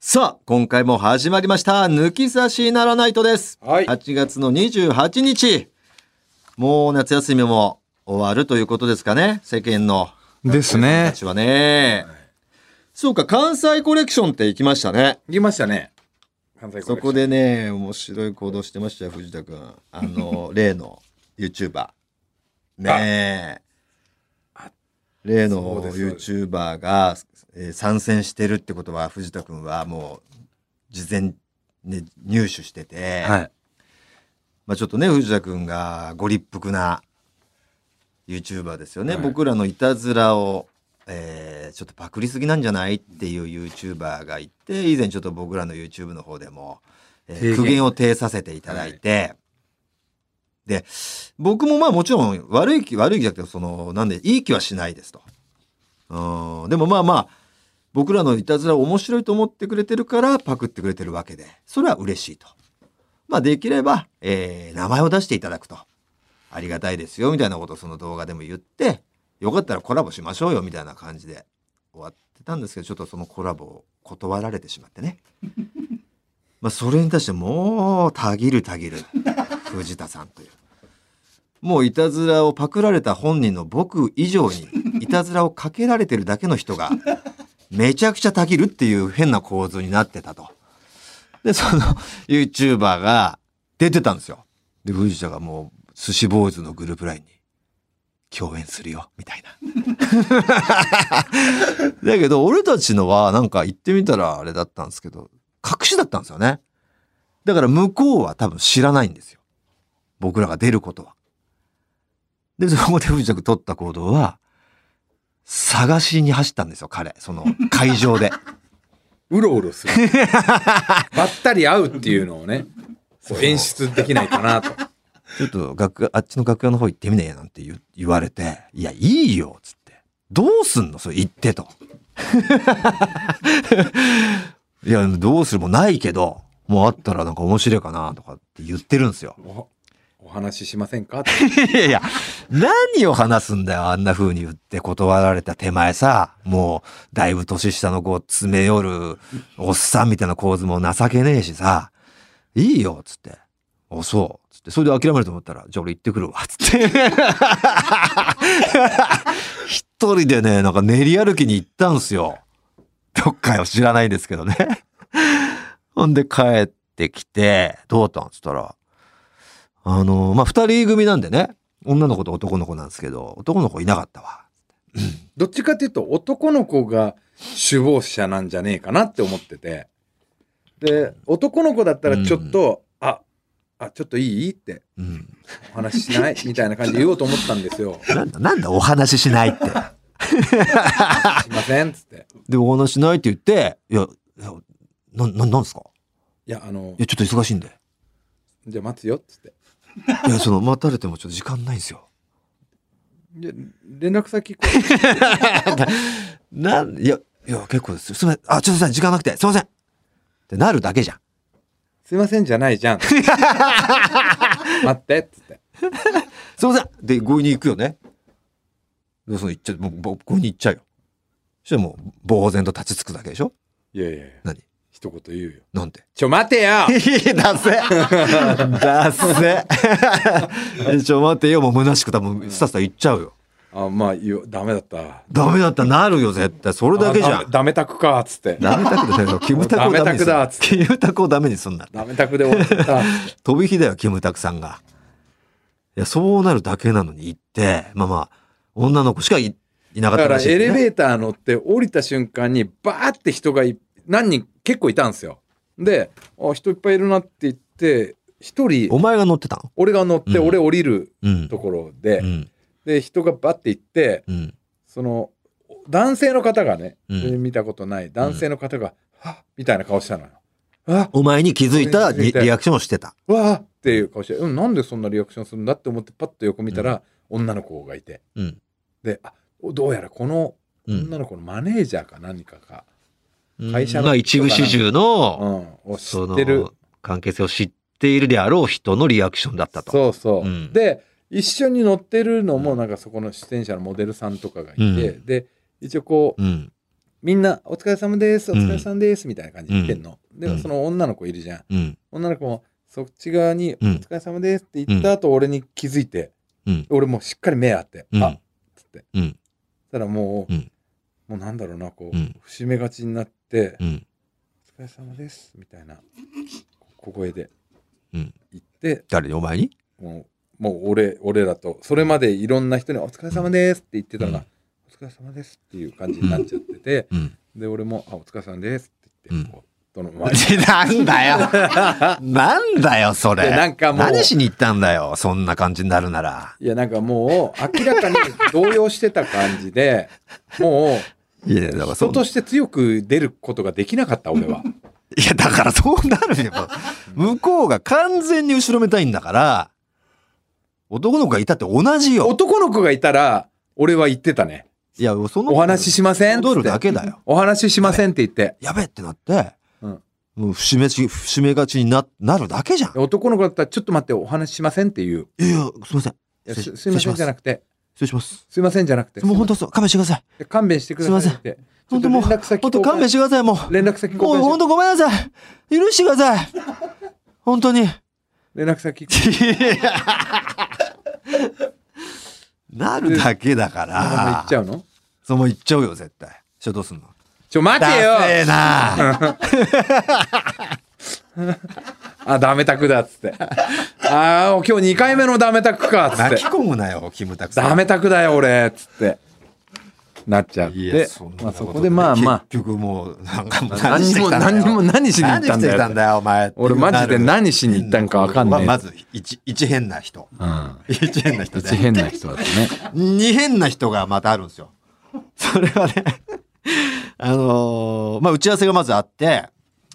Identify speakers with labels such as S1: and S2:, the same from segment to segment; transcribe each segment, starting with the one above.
S1: さあ、今回も始まりました。抜き差しならないとです。
S2: はい
S1: 8月の28日。もう夏休みも終わるということですかね。世間の
S3: です
S1: 人た
S3: ね。
S1: ちはね。そうか、関西コレクションって行きましたね。
S2: 言いましたね。関
S1: そ
S2: 西コレクション
S1: こでね、面白い行動してましたよ、藤田君。あ の、例の YouTuber。ねえ
S2: あ。
S1: 例
S2: そう
S1: の
S2: ですそうです
S1: YouTuber が、えー参戦してるってことは、藤田君はもう、事前、ね、入手してて、
S3: はい。
S1: まあちょっとね、藤田君がご立腹な YouTuber ですよね。
S2: はい
S1: 僕らのいたずらを、えーちょっとパクりすぎなんじゃないっていう YouTuber がいて、以前ちょっと僕らの YouTube の方でも、えー
S2: 提言
S1: 苦言を呈させていただいて、で、僕もまあもちろん悪い気、悪い気じゃなくて、その、なんで、いい気はしないですと。うん、でもまあまあ、僕らのいたずらを面白いと思ってくれてるからパクってくれてるわけで、それは嬉しいと。まあできれば、えー名前を出していただくと。ありがたいですよ、みたいなことをその動画でも言って、よかったらコラボしましょうよ、みたいな感じで終わってたんですけど、ちょっとそのコラボを断られてしまってね。まあそれに対してもう、たぎるたぎる、藤田さんという。もういたずらをパクられた本人の僕以上に、いたずらをかけられてるだけの人が、めちゃくちゃたぎるっていう変な構図になってたと。で、その YouTuber が出てたんですよ。で、藤田がもう、寿司ボーイズのグループラインに、共演するよ、みたいな。 だけど、俺たちのは、なんか言ってみたらあれだったんですけど、隠しだったんですよね。だから向こうは多分知らないんですよ。僕らが出ることは。で、そこで藤田君取った行動は、探しに走ったんですよ、彼。その会場で。
S2: うろうろする。ばったり会うっていうのをね、こう演出できないかなと。
S1: ちょっと楽屋、あっちの楽屋の方行ってみねえなんて言う言われて、いや、いいよ、つって。どうすんのそれ行ってと。 いや、どうするもないけど、もうあったらなんか面白いかな、とかって言ってるんですよ。
S2: おお話ししませんかって
S1: いやいや、何を話すんだよ、あんな風に言って断られた手前さ、もう、だいぶ年下の子を詰め寄るおっさんみたいな構図も情けねえしさ、いいよ、つって。お、そう。つって、それで諦めると思ったら、じゃあ俺行ってくるわ、つって。一人でね、なんか練り歩きに行ったんすよ。どっかよ、知らないですけどね。ほんで帰ってきて、どうだったんつったら、あのまあ、二人組なんでね、女の子と男の子なんですけど、男の子いなかったわ。
S2: どっちかっていうと男の子が首謀者なんじゃねえかなって思っててで男の子だったらちょっと、ああちょっといいって
S1: うん。
S2: お話ししないみたいな感じで言おうと思ったんですよ。
S1: なんだ、なんだお話ししないって。
S2: すいませんっつって。
S1: で、お話しないって言って、いや、いやな、な、なんですか
S2: いやあの
S1: いや、ちょっと忙しいんで。
S2: じゃあ待つよっつって。
S1: いや、その、待たれてもちょっと時間ないんですよ。
S2: で連絡先こう
S1: なん、いや、いや、結構ですよ。すみません。あ、ちょっとすいません。時間なくて。すいません。ってなるだけじゃん。
S2: すいませんじゃな いじゃん。待ってっつって。
S1: すいません。で、合意に行くよね。で、その、行っちゃう。もう、ぼ強引に行っちゃうよ。そしたらもう、呆然と立ちつくだけでしょ
S2: いやいやいや
S1: 何
S2: 一言言うよ。
S1: なんて。
S2: ちょ待てよ
S1: いいダセ ダ セちょ待ってよもう虚しく多分スタスタ言っちゃうよ
S2: あまあ言うダメだった。
S1: ダメだったらなるよ絶対それだけじゃ
S2: あダメ
S1: ん
S2: ダメタクかっつって。
S1: ダメタクだよキムタクをダメにすん
S2: ダ
S1: な
S2: メタクだっつっ
S1: キムタクをダメにすんな
S2: ダメタクで終 わった。
S1: 飛び火だよキムタクさんがいやそうなるだけなのに行ってまあまあ女の子しかいいなかった
S2: だから
S1: らしい
S2: エレ
S1: ー
S2: ベーター乗って降りた瞬間にバーって人がい何人結構いたんですよ。であ人いっぱいいるなって言って一
S1: お
S2: 人
S1: 前が乗ってたの
S2: 俺が乗って
S1: うん
S2: 俺降りる
S1: うん
S2: ところで、
S1: うん
S2: で人がバーって行って
S1: うん
S2: その男性の方がね、
S1: うん
S2: 全然見たことない男性の方が「はっ」みたいな顔したのよ。あ
S1: お前に気づいた
S2: 気づ
S1: リ
S2: いて
S1: リアクションをしてた
S2: わあっていう顔して、うん、なんでそんなリアクションするんだって思ってパッと横見たら、女の子がいて
S1: うん
S2: であどうやらこの
S1: う
S2: 女
S1: ん
S2: の子のマネージャーか何かが、会社の
S1: まあ一部始終の
S2: うん、を知
S1: そ
S2: ってる
S1: の関係性を知っているであろう人のリアクションだったと。
S2: そうそう、
S1: うん
S2: で一緒に乗ってるのもなんかそこの出演者のモデルさんとかがいて、
S1: う
S2: で一応こう
S1: うん。
S2: みんな「お疲れ様ですお疲れ様です」みたいな感じで言ってんの、で
S1: うん
S2: その女の子いるじゃん
S1: うん。
S2: 女の子もそっち側に「お
S1: うん
S2: 疲れ様です」って言った後、俺に気づいて
S1: うん。
S2: 俺もしっかり目合って「
S1: うん
S2: あっ」つって
S1: うん。
S2: そしたらもう、
S1: うん
S2: もうなんだろうなこう、
S1: うん
S2: 節目がちになって
S1: うん。
S2: 「お疲れ様です」みたいな小声で
S1: うん
S2: 言って
S1: 誰にお前に
S2: もうもう俺俺らとそれまでいろんな人に「お疲れ様です」って言ってたのが
S1: うん
S2: 「お疲れ様です」っていう感じになっちゃってて、
S1: うん。
S2: で俺も「あお疲れ様です」って言って、こうどの 前に
S1: なんだよ。なんだよ、それ。
S2: いやなんかもう
S1: 何しに行ったんだよ、そんな感じになるなら。
S2: いやなんかもう明らかに動揺してた感 じでも
S1: いや、だから
S2: う
S1: そ
S2: 人
S1: う。
S2: として強く出ることができなかった俺は。
S1: いや、だからそうなるよ。向こうが完全に後ろめたいんだから、男の子がいたって同じよ。
S2: 男の子がいたら俺は言ってたね
S1: いや、そ
S2: 「
S1: の
S2: お話ししません」っ
S1: 戻
S2: て
S1: るだけだよ。
S2: お話ししません」って言って
S1: やべえってなって、
S2: うん
S1: もう節目ち、節目がちにな、なるだけじゃん。い
S2: 男の子だったら「ちょっと待ってお話ししません」って言う
S1: やいや、すいません。
S2: 「いや
S1: 失
S2: す
S1: 礼
S2: すいません」じゃな
S1: 失
S2: くて
S1: 礼します
S2: 「すいません」じゃなくて
S1: もう本当そう、勘弁してください。
S2: で勘弁してくださいって。
S1: 本当もう、
S2: ちょっと連絡先
S1: 本当勘弁してください、もう。
S2: 交換連絡先交
S1: もう
S2: 換
S1: 本
S2: し
S1: 当ごめんなさい。許してください。本当に。
S2: 連絡先
S1: なるだけだか
S2: 行
S1: ら
S2: っち。ゃうの
S1: そう、もう行っちゃうよ、絶対。それどうすんの
S2: ちょ待
S1: だ
S2: て
S1: せ
S2: よ
S1: えな。
S2: あダメタクだっつってああ今日2回目のダメタクかっつっ
S1: 泣
S2: て
S1: き込むなよ、キムタクさん。
S2: ダメタクだよ俺っつってなっちゃっ
S1: い
S2: て
S1: んな
S2: まあ、
S1: と
S2: そこでまあまあ
S1: 結局もう、なんかもう
S2: 何にも何にも何しに行
S1: 何
S2: っ
S1: して
S2: たん
S1: きたん
S2: だよ
S1: だよ、お前。
S2: 俺マジで何しに行ったんかわかんねえ
S1: ままず、一、一変な人。
S2: うん
S1: 一変な人
S2: 一
S1: で。
S2: 変な人だったね
S1: 二変な人がまたあるんですよ。それはね、 あのーまあ、打ち合わせがまずあって、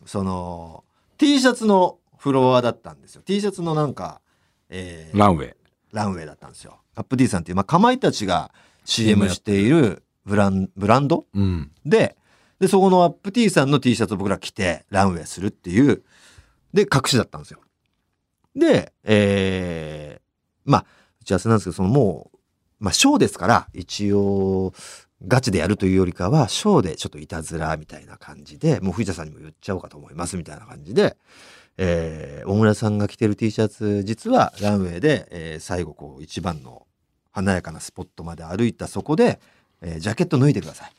S1: その、T シャツのフロアだったんですよ。T シャツのなんか、えー
S2: ランウェイ
S1: ランウェイだったんですよ。アップ D さんっていう、まあ、かまいたちが CM しているブランブランド
S2: うん
S1: で、で、そこのアップ T さんの T シャツを僕ら着て、ランウェイするっていう、で、隠しだったんですよ。で、えー、まあ、打ち合わせなんですけど、そのもう、まあ、ショーですから、一応、ガチでやるというよりかは、ショーでちょっといたずらみたいな感じで、もう藤田さんにも言っちゃおうかと思いますみたいな感じで、えー、大村さんが着てる T シャツ、実はランウェイで、えー最後、こう、一番の華やかなスポットまで歩いたそこで、えージャケット脱いでください。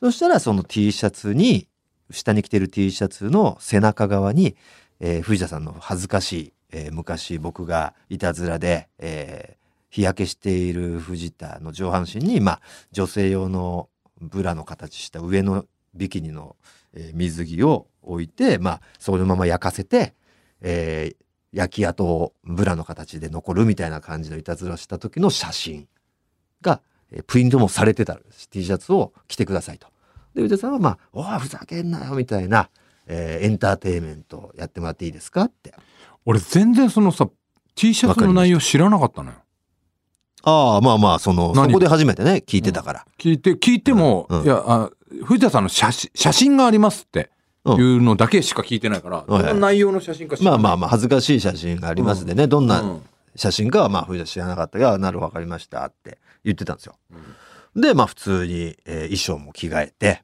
S1: そしたらその T シャツに、下に着てる T シャツの背中側に、えー藤田さんの恥ずかしい、えー昔僕がいたずらで、えー日焼けしている藤田の上半身に、まあ、女性用のブラの形した上のビキニの、えー水着を置いて、まあ、そのまま焼かせて、えー焼き跡をブラの形で残るみたいな感じのいたずらをした時の写真が、えープリントもされてた T シャツを着てくださいと。で、宇田さんはまあ、おい、ふざけんなよ、みたいな、えーエンターテインメントやってもらっていいですかって。
S2: 俺全然そのさ T シ
S1: ャツの内
S2: 容知らなかったのよ
S1: ああ、まあまあ、その、そ
S2: 何
S1: こで初めてね、聞いてたから。
S2: 聞いて聞いても、
S1: うんうん
S2: いやあ藤田さんの写真写真がありますっていうのだけしか聞いてないから、
S1: うんはい
S2: どんな内容の写真か知
S1: ま
S2: らな
S1: あ
S2: い
S1: まあまあ、恥ずかしい写真がありますでね、どん
S2: う
S1: なん写真かは、まあ、藤田知らなかったが、なるわかりましたって言ってたんですよ。
S2: うん
S1: で、まあ普通に、えー衣装も着替えて、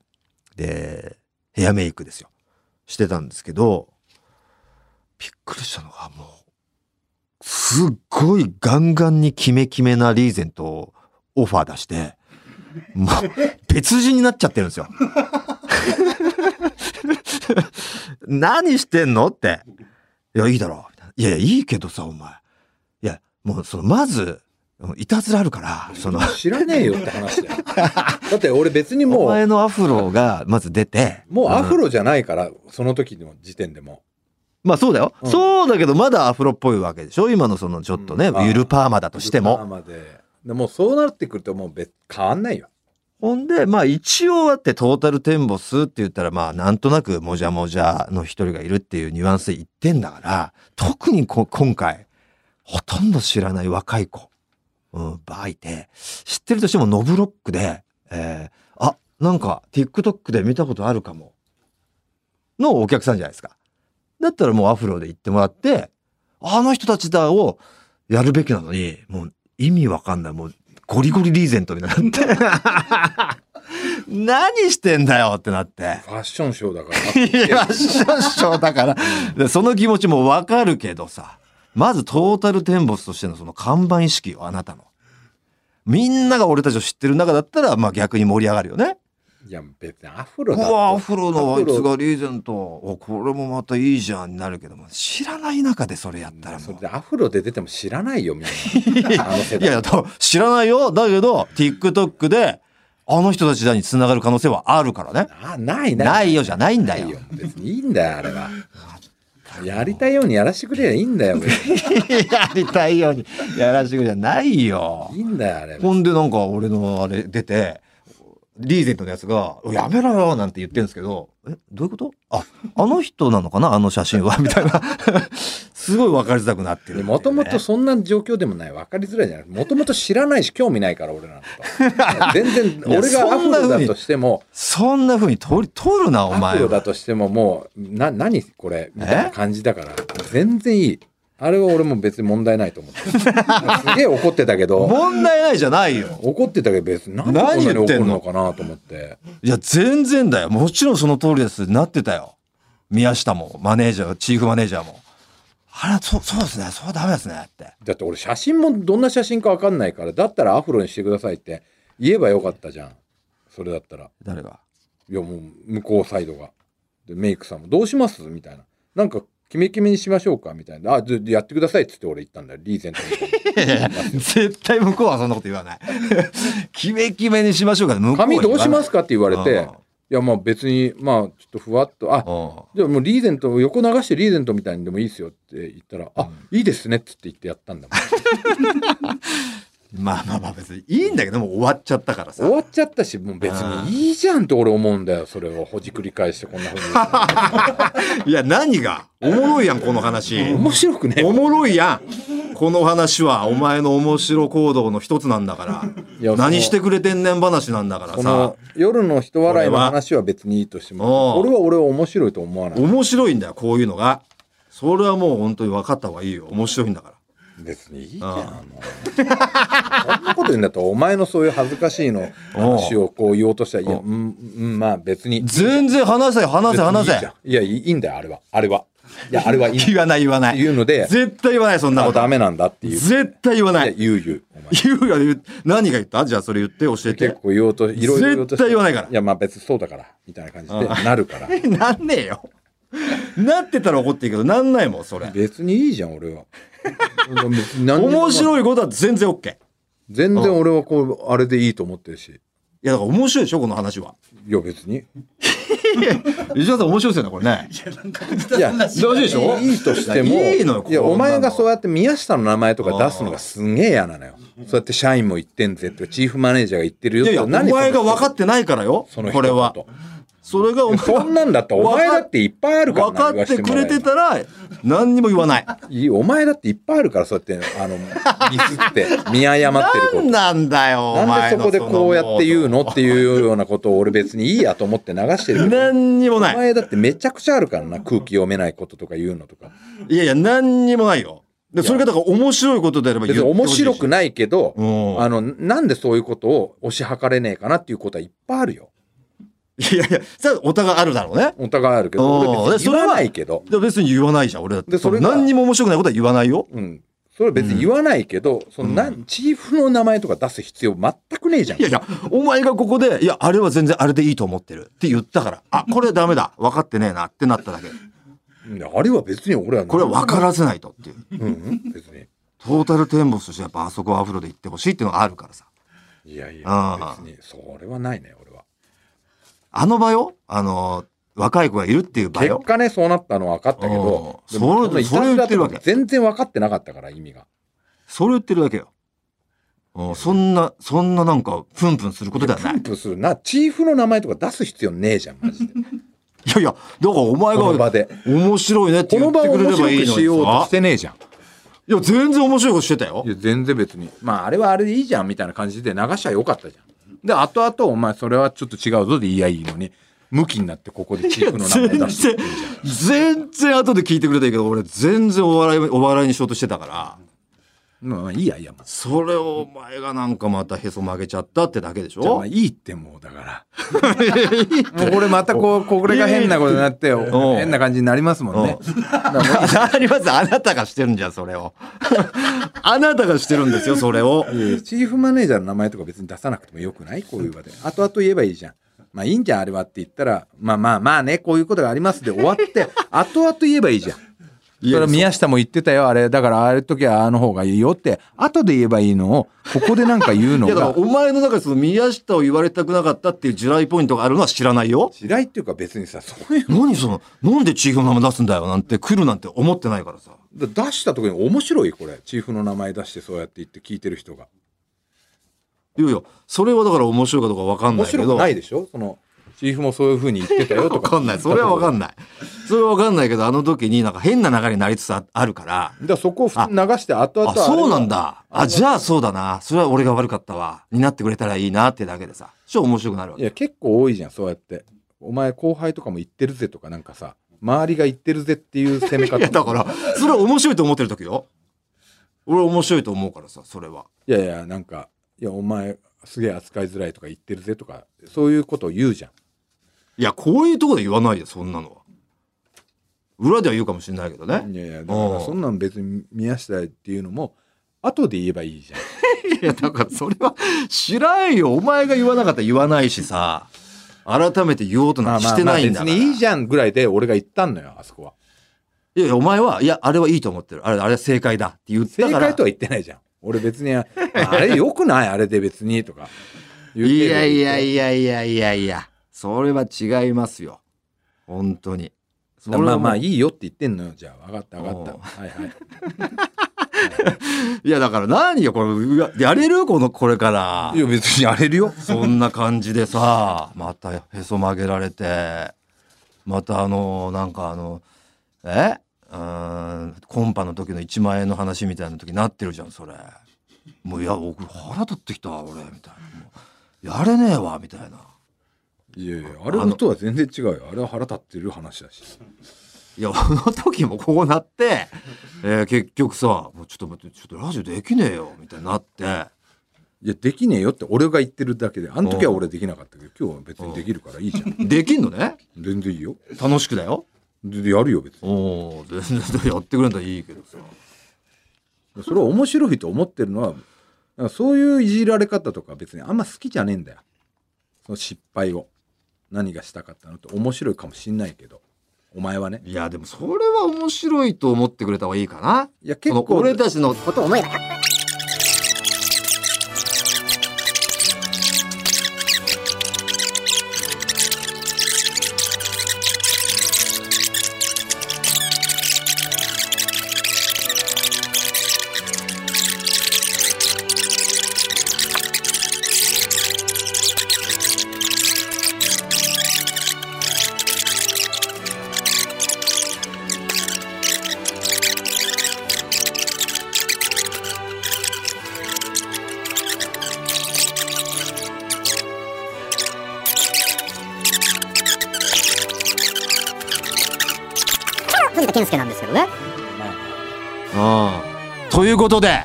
S1: で、ヘアメイクですよ。してたんですけど、びっくりしたのがもう、すっごいガンガンにキメキメなリーゼントをオファー出して、もう 別人になっちゃってるんですよ。 何してんのって。いや、いいだろ。みたいないやいや、いいけどさ、お前。いや、もう、その、まず、いたずらあるから、その、
S2: 知らねえよって話だよ だって俺別にも
S1: お前
S2: う
S1: のアフロがまず出て。
S2: もうアフ
S1: うん
S2: ロじゃないから、その時の時点でも
S1: まあそうだよ、
S2: うん
S1: そうだけどまだアフロっぽいわけでしょ今のそのちょっとね、
S2: うん
S1: ゆるパーマだとして
S2: パー
S1: も。
S2: マででもうそうなってくるともう別変わんないよ
S1: ほんでまあ一応あってトータルテンボスって言ったらまあなんとなくもじゃもじゃの一人がいるっていうニュアンスで言ってんだから特にこ今回ほとんど知らない若い子、うん、ばいて知ってるとしてもノブロックで、えー、あなんか TikTok で見たことあるかものお客さんじゃないですか。だったらもうアフロで行ってもらって、あの人たちだをやるべきなのに、もう意味わかんない。もうゴリゴリリーゼントになって。 何してんだよってなって。
S2: ファッションショーだか
S1: いや、少々だから、その気持ちもわかるけどさ、まずトータルテンボスとしてのその看板意識よ、あなたの。みんなが俺たちを知ってる中だったら、まあ逆に盛り上がるよね。
S2: ら。いや、別にアフ
S1: う
S2: ロだって
S1: わ、アフロのあいつ
S2: アフロ
S1: がリーゼント。おこれもまたいいじゃんになるけども、知らない中でそれやったらも
S2: それ
S1: う。
S2: でアフロで出ても知らないよ、みんな。あの
S1: いや
S2: 世
S1: い
S2: 代
S1: や、。と知らないよ。だけど、TikTok で、あの人たちだに繋がる可能性はあるからね。
S2: あ、ないな
S1: な
S2: い。
S1: いよじゃないんだよ。
S2: 別にいいんだよ、あれは。やりたいようにやらしてくれりゃいいんだよ、別に
S1: やりたいようにやらしてくれじゃないよ。
S2: いいんだよ、あれは。
S1: ほんでなんか俺のあれ出て、リーゼントのやつが、やめろよなんて言ってるんですけど、え、どういうことあ、あの人なのかなあの写真 はみたいな。すごい分かりづらくなってるっていうね。
S2: もともとそんな状況でもない分かりづらいじゃないもともと知らないし興味ないから俺なん か全然
S1: いや
S2: 俺がアフロだとしても
S1: そんな風に撮り、撮るな、お
S2: アフ
S1: 前
S2: ロだ
S1: は。
S2: としてももうな何これみたいな感じだから全然いいあれは俺も別に問題ないと 思ってるすげえ怒ってたけど
S1: 問題ないじゃないよ。
S2: 怒ってたけど別に何でこんなに怒るのかなと思って
S1: いや、全然だよ。もちろんその通りです。なってたよ。宮下も、マネージャー、チーフマネージャーも。あれ、そう、そうですね。そうダメですね。って。
S2: だって俺写真もどんな写真か分かんないからだったらアフロにしてくださいって言えばよかったじゃんそれだったら
S1: 誰が
S2: いやもう向こうサイドがでメイクさんも「どうします?」みたいな「なんかキメキメにしましょうか」みたいな「あじゃやってください」っつって俺言ったんだよリーゼント
S1: いやいや絶対向こうはそんなこと言わない。 キメキメにしましょうかね。向こ
S2: に
S1: うは
S2: 「髪
S1: 言わ
S2: ど
S1: な
S2: う
S1: い
S2: しますか?」って言われて
S1: うん
S2: 「いやまあ別にまあちょっとふわっとあ
S1: う
S2: じゃあもうリーゼント横流してリーゼントみたいにでもいいですよ」って言ったら「あいいですね」っつって言ってやったんだもん
S1: んまあまあまあ別にいいんだけどもう終わっちゃったからさ
S2: 終。わっちゃったしもう別にいいじゃんって俺思うんだよそれをほじくり返してこんなふうに言うの
S1: いや何がおもろいやんこの話。
S2: 面白くね
S1: おもろいやん。この話はお前の面白行動の一つなんだから。
S2: や
S1: 何
S2: その
S1: してくれてんねん話なんだから
S2: こ
S1: さ
S2: の。夜の人笑い
S1: これ
S2: の
S1: は
S2: 話は別にいいとして
S1: う
S2: も
S1: ん
S2: 俺は俺は面白いと思わない
S1: 面白いんだよこういうのが。それはもう本当に分かった方がいいよ。面白いんだから。
S2: 別にいいじゃん。もうそんな こと言うんだったらお前のそういう恥ずかしいの話をこう言おうとしたら、いや、うん、うん、まあ別に。
S1: 全然話せ話せ話
S2: 別にいいじ
S1: せ
S2: ゃ。ん。いや、いいいいんだよ、あれは。あれは。いや、あれはいいんだ
S1: 言わない言わな
S2: って
S1: い。
S2: いうので、
S1: 絶対言わないそんな
S2: あ、
S1: こ
S2: ダ
S1: と。
S2: メなんだっていう。い
S1: 絶対言わな
S2: や、
S1: い。
S2: 言う言う。お前
S1: 言うよ言う何が言ったじゃあそれ言って教え
S2: 結
S1: て
S2: 構言おうと、いろいろ言おうとし
S1: 絶
S2: て
S1: 対言わないから
S2: いや、まあ別にそうだから、みたいな感じで、なるから。
S1: なんねえよなってたら怒っていいけどなんないもんそれ
S2: 別にいいじゃん、俺は。別に何にも
S1: 面白いことは全然 OK い
S2: 全然俺はこう、あれでいいと思ってるし。い
S1: やだから面白いでしょこの話は
S2: や、別 に。
S1: 石田さん面白いですよねこれね
S2: いや、
S1: 大事でしょ
S2: いいとしても、
S1: いいのよこん
S2: や、
S1: なの
S2: お前がそうやって宮下の名前とか出すのがすんげえ嫌なのよ。そうやって社員も言ってんぜとか、チーフマネージャーが言ってるよ
S1: い
S2: と
S1: や
S2: か
S1: いやお
S2: 何
S1: 前が分か
S2: っ
S1: ってないからよ
S2: その
S1: これは
S2: 一
S1: それがお前
S2: 言そんなんだったら、お前だっていっぱいあるから
S1: 分かってくれてたら何にも言わない
S2: いいお前だっていっぱいあるから、そうやって、あの、ミスって、 見誤ってる
S1: 何
S2: こと。
S1: なんだよお
S2: なん
S1: 前
S2: でそ
S1: の
S2: こで
S1: の
S2: こうやって言うのっていうようなことを俺別にいいやと思って流してるけど。
S1: 何にも
S2: お
S1: ない
S2: 前だってめちゃくちゃあるからな、空気読めないこととか言うのとか。
S1: いやいや何にもないよでそれがだから面白いことであれば言っ
S2: 別
S1: て
S2: に面
S1: ほしいし
S2: 白くないけど、
S1: うん
S2: あの、なんでそういうことを推し量れねえかなっていうことはいっぱいあるよ。
S1: いやいや、それはお互いあるだろうね。
S2: お互いあるけ
S1: うん
S2: ど、俺別に言わないけど、
S1: で別に言わないじゃん、俺だって。
S2: でそれが
S1: 何にも面白くないことは言わないよ。
S2: うん。それは別に言わないけど、そのなん、チーフの名前とか出す必要全くねえじゃん
S1: い。やいや、お前がここで、いや、あれは全然あれでいいと思ってるって言ったから、あ、これダメだ、分かってねえなってなっただけ。
S2: うんあれは別に俺は、
S1: これは分からせないとっていう。
S2: うんうん、別に。
S1: トータルテンボスとしてやっぱあそこはアフロで行ってほしいっていうのがあるからさ。
S2: いやいや
S1: あ、あ
S2: 別に、それはないね、俺は。
S1: あの場よ、あの、若い子がいるっていう場
S2: 結
S1: よ。
S2: 果ね、そうなったのは分かったけど、
S1: うん
S2: でも
S1: それ
S2: の
S1: それ言ってるわけ
S2: いたずらとか全然分かってなかったから、意味が。
S1: それ言ってるだけよ。うんそんな、そんななんか、プンプンすることでは
S2: プ
S1: ない。
S2: ン
S1: い
S2: プンするな、チーフの名前とか出す必要ねえじゃん、マ ジで。
S1: やいや、だからお前
S2: この場
S1: が、
S2: で。
S1: 面白いねって
S2: こ
S1: 言
S2: の
S1: っ
S2: 場
S1: て
S2: を
S1: くれ
S2: 面
S1: れ
S2: 白
S1: ば
S2: く
S1: いいのにさ。
S2: しようとしてねえじゃん。
S1: いや、全然面白いことしてたよ
S2: い。や全然別にまああれはあれでいいじゃんみたいな感じで流しゃよかったじゃんで後々お前それはちょっと違うぞで言いやいいのに向きになってここでチーフの名前
S1: 全
S2: 出して
S1: 然、全然後で聞いてくれたらいいけど、俺全然お笑い、お笑いにしようとしてたから。
S2: まあまあいいやいやもう
S1: それをお前がなんかまたへそ曲げちゃったってだけでし
S2: じゃあま
S1: ょ
S2: あいいってもうだから もうこれまたこ うこれが変なことになって
S1: ん
S2: 変な感じになりますもんね
S1: うんあります。あなたがしてるんじゃん、それを。 あなたがしてるんですよ、それを。
S2: いやいやチーフマネージャーの名前とか別に出さなくてもよくないこういう場で後々言えばいいじゃんまあいいんじゃんあれはって言ったらまあまあまあねこういうことがありますで終わって 後々言えばいいじゃんそれは宮下も言ってたよあれだからあれ時はあの方がいいよって後で言えばいいのをここでなんか言うの
S1: いや、だから
S2: が
S1: お前の中でその宮下を言われたくなかったっていう地雷ポイントがあるのは知らないよ。
S2: 嫌いっていうか別にさそういう
S1: 何その、なんでチーフの名前出すんだよなんて来るなんて思ってないからさ。
S2: だ出した時に面白いこれチーフの名前出してそうやって言って聞いてる人が
S1: いやいや、それはだから面白いかどうかわかん
S2: 面
S1: ないけ
S2: 白く
S1: ど。
S2: ないでしょそのチーフもそういうふうに言ってたよと
S1: わ
S2: か
S1: かんない。それはわかんない。それはわかんないけど、あの時になんか変な流れになりつつああるから。
S2: だからそこを普通に流して後々
S1: あ、
S2: あれは
S1: そうなんだ。
S2: あ
S1: あ、
S2: れは
S1: じゃあそうだな。それは俺が悪かったわ。になってくれたらいいなってだけでさ。超面白くなるわ
S2: い
S1: け。
S2: や結構多いじゃんそうやってお前後輩とかも言ってるぜとかなんかさ周りが言ってるぜっていう攻め 方
S1: いや、だから、それは面白いと思ってる時よ。俺面白いと思うからさ、それは。
S2: いやいやなんかいやお前すげえ扱いづらいとか言ってるぜとかそういうことを言うじゃん
S1: いや、こういうとこで言わないよ、そんなのは。裏では言うかもしれないけどね。
S2: いやいやだからそんなん別に宮下っていうのも後で言えばいい じゃん
S1: いや、だからそれは知らんよ。お前が言わなかったら言わないしさ。改めて言おうとなんてしてないんだ
S2: 別
S1: から。
S2: にいいじゃんぐらいで俺が言ったんのよあそこはい
S1: やいや、お前は、いや、あれはいいと思ってる。あれ、あれは正解だって言った
S2: 正
S1: から。
S2: 解とは言ってないじゃん俺 別にああれよくないあれで別にとか言って
S1: い
S2: る
S1: やいやいやいやいやいや、それは違いますよ。本当に。それ
S2: まあまあ
S1: い
S2: いいよって言ってんのよじゃあ分かった分か
S1: おう
S2: ったはいはい
S1: いや、だから何よ、これうわ、やれるこの、これから
S2: い。や別にやれるよ。
S1: そんな感じでさ、またへそ曲げられて、またあの、なんかあの、えうーん、コンパの時の1万円の話みたいな時になってるじゃん、それ。もういや、僕腹立ってきた、俺、みたいな。もうやれねえわ、みたいな。
S2: いやいや、あれのとは全然違うよ。あれは腹立ってる話だし。
S1: いや、あの時もこうなって、えー結局さ、もうちょっと待って、ちょっとラジオできねえよ、みたいになって、
S2: いや、できねえよって俺が言ってるだけで、あの時は俺できなかったけど、今日は別にできるからいいじゃん。
S1: できんのね
S2: 全然いいよ。
S1: 楽しくだよ。
S2: でやるよ、別に。
S1: おお全然やってくれたらいいけどさ。
S2: それを面白いと思ってるのは、だからそういういじられ方とか別にあんま好きじゃねえんだよ。その失敗を。何がしたかったのって面白いかもしんないけど。お前はね。
S1: いや、でもそれは面白いと思ってくれた方がいいかな。
S2: いや、結
S1: この
S2: 構、
S1: 俺たちのことを思えば。
S3: 藤田健介なんですけどね。
S1: うん。ということ で、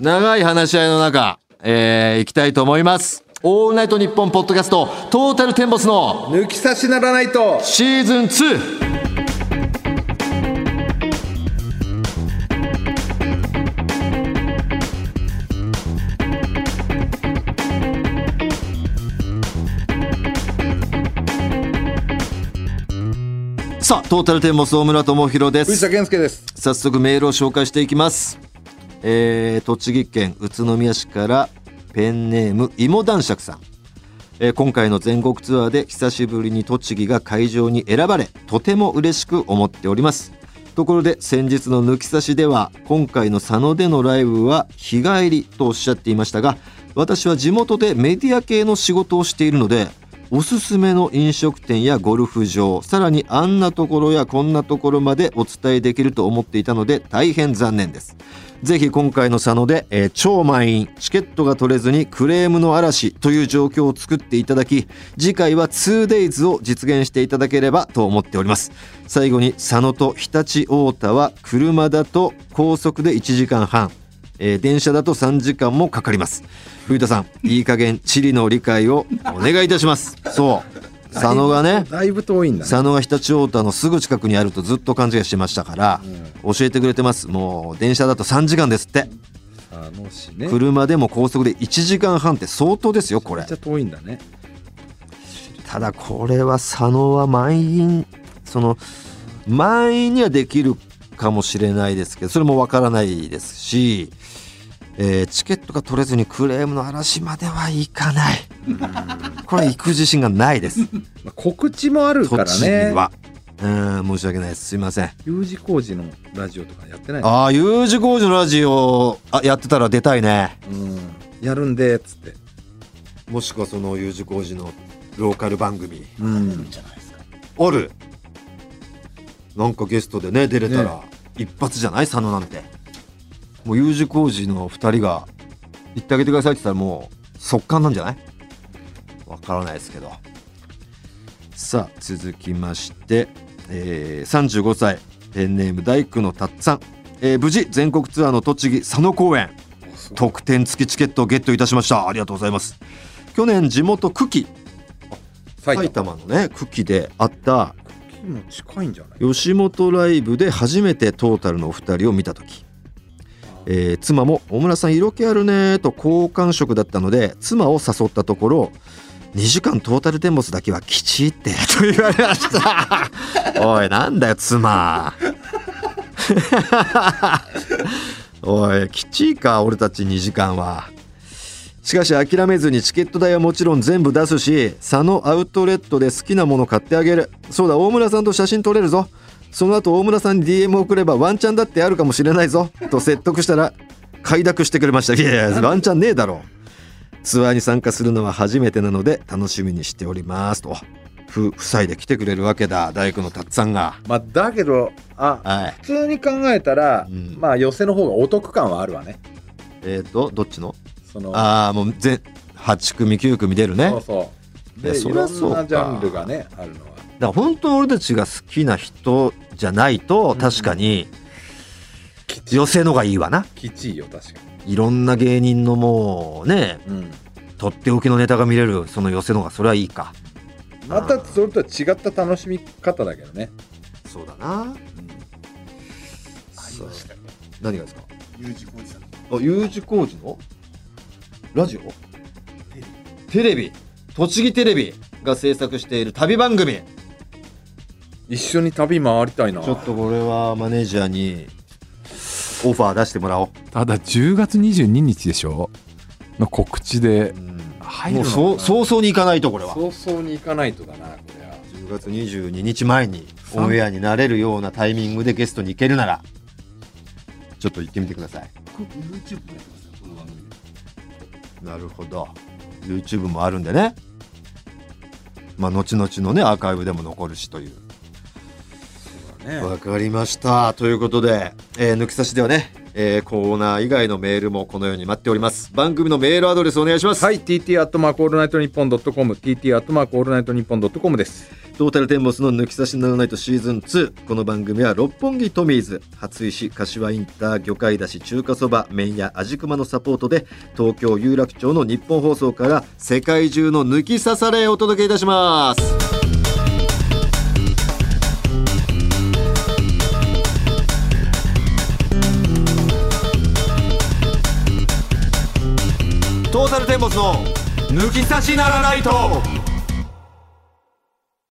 S1: 長い話し合いの中、えー、行きたいと思います。オールナイトニッポンポッドキャスト、トータルテンボスの
S2: 抜き差しならないと。
S1: シーズン 2! さあ、トータルテンボス大村智弘で
S2: 藤
S1: す。
S2: 田健介です。
S1: 早速メールを紹介していきます。えー、栃木県宇都宮市からペンネーム芋男爵さん。えー今回の全国ツアーで久しぶりに栃木が会場に選ばれとても嬉しく思っておりますところで先日の抜き差しでは今回の佐野でのライブは日帰りとおっしゃっていましたが私は地元でメディア系の仕事をしているのでおすすめの飲食店やゴルフ場さらにあんなところやこんなところまでお伝えできると思っていたので大変残念ですぜひ今回の佐野で、えー超満員チケットが取れずにクレームの嵐という状況を作っていただき次回は 2days を実現していただければと思っております最後に佐野と常陸太田は車だと高速で1時間半えー電車だと3時間もかかります冬田さんいい加減地理の理解をお願いいたしますそう佐野がね
S2: だいぶ遠いんだね
S1: 佐野が常陸太田のすぐ近くにあるとずっと勘違いしてましたから、教えてくれてますもう電車だと3時間ですって
S2: あのしねめっ
S1: 車でも高速で1時間半って相当ですよこれ
S2: ちゃ遠いんだね
S1: ただこれは佐野は満員その満員にはできるかもしれないですけどそれもわからないですし、えーチケットが取れずにクレームの嵐まではいかないこれ行く自信がない です
S2: まあ告知もあるか
S1: 栃
S2: ら
S1: 木
S2: ね
S1: はうん申し訳ないですすいません
S2: U 字工事のラジオとかやってない
S1: ああ U 字工事のラジオあやってたら出たいね
S2: うんやるんでっつって
S1: もしくはその U 字工事のローカル番組
S2: うん
S4: じゃないですか。
S1: あるなんかゲストでね出れたら
S2: ね
S1: 一発じゃない佐野なんてもう U 字工事の2人が「行ってあげてください」って言ったらもう速乾なんじゃないわからないですけどさあ続きまして、えー35歳ペンネーム大工のたっさん、えー無事全国ツアーの栃木佐野公演特典付きチケットをゲットいたしましたありがとうございます去年地元久喜埼
S2: 埼玉
S1: 玉のね久喜であった
S2: 木も近いんじゃない
S1: 吉本ライブで初めてトータルのお二人を見た時、えー妻も「大村さん色気あるね」と好感触だったので妻を誘ったところ「2時間トータルテンボスだけはきちって」と言われましたおいなんだよ妻 おいきちいか俺たち2時間は。しかし諦めずにチケット代はもちろん全部出すし佐野アウトレットで好きなもの買ってあげるそうだ大村さんと写真撮れるぞその後大村さんに DM 送ればワンチャンだってあるかもしれないぞと説得したら快諾してくれましたいやいやワンチャンねえだろツアーに参加するのは初めてなので楽しみにしておりますとふ夫妻で来てくれるわけだ大工のたっさんが
S2: まあだけどあ
S1: はい
S2: 普通に考えたら、
S1: うん
S2: まあ寄せの方がお得感はあるわね
S1: えっ、とどっちの
S2: その
S1: ああもう全8組9組出るね
S2: そうそう
S1: いや
S2: で
S1: そ
S2: い
S1: りゃ
S2: ろ
S1: そうんか
S2: なジャンルがねある
S1: だ
S2: のは
S1: から本当に俺たちが好きな人じゃないと確かに
S2: きち
S1: 寄せのがいいわな
S2: きちいよ確か
S1: いろんな芸人のもうね
S2: に、うん、
S1: とっておきのネタが見れるその寄せのがそれはいいか
S2: またそれとは違った楽しみ方だけどね
S1: そうだな
S4: ありましたよ。
S1: 何がですか
S4: U 字工事さんの
S1: あ U 字工事のラジオテレビ栃木テレビが制作している旅番組
S2: 一緒に旅回りたいな
S1: ちょっとこれはマネージャーにオファー出してもらおう、
S5: ただ10月22日でしょの告知で入る
S1: も
S5: の
S1: うそう早々に行かないとこれは
S2: 早々に行かないとだなこれは
S1: 10月22日前にオンエアになれるようなタイミングでゲストに行けるならちょっと行ってみてください
S4: YouTube やってますよ、この番組で。
S1: なるほど YouTube もあるんでねまあ後々のねアーカイブでも残るしというわかりましたということで、えー抜き差しではね、えーコーナー以外のメールもこのように待っております番組のメールアドレスお願いします、
S2: はい TT アットマークオールナイトニッポンドットコム TT アットマークオールナイトニッポンドットコムです
S1: トータルテンボスの抜き差しならないとシーズン2。この番組は六本木トミーズ、初石、柏インター、魚介だし、中華そば、麺屋、味熊のサポートで、東京有楽町の日本放送から世界中の抜き差されをお届けいたします。トータルテンボスの抜き差しならないと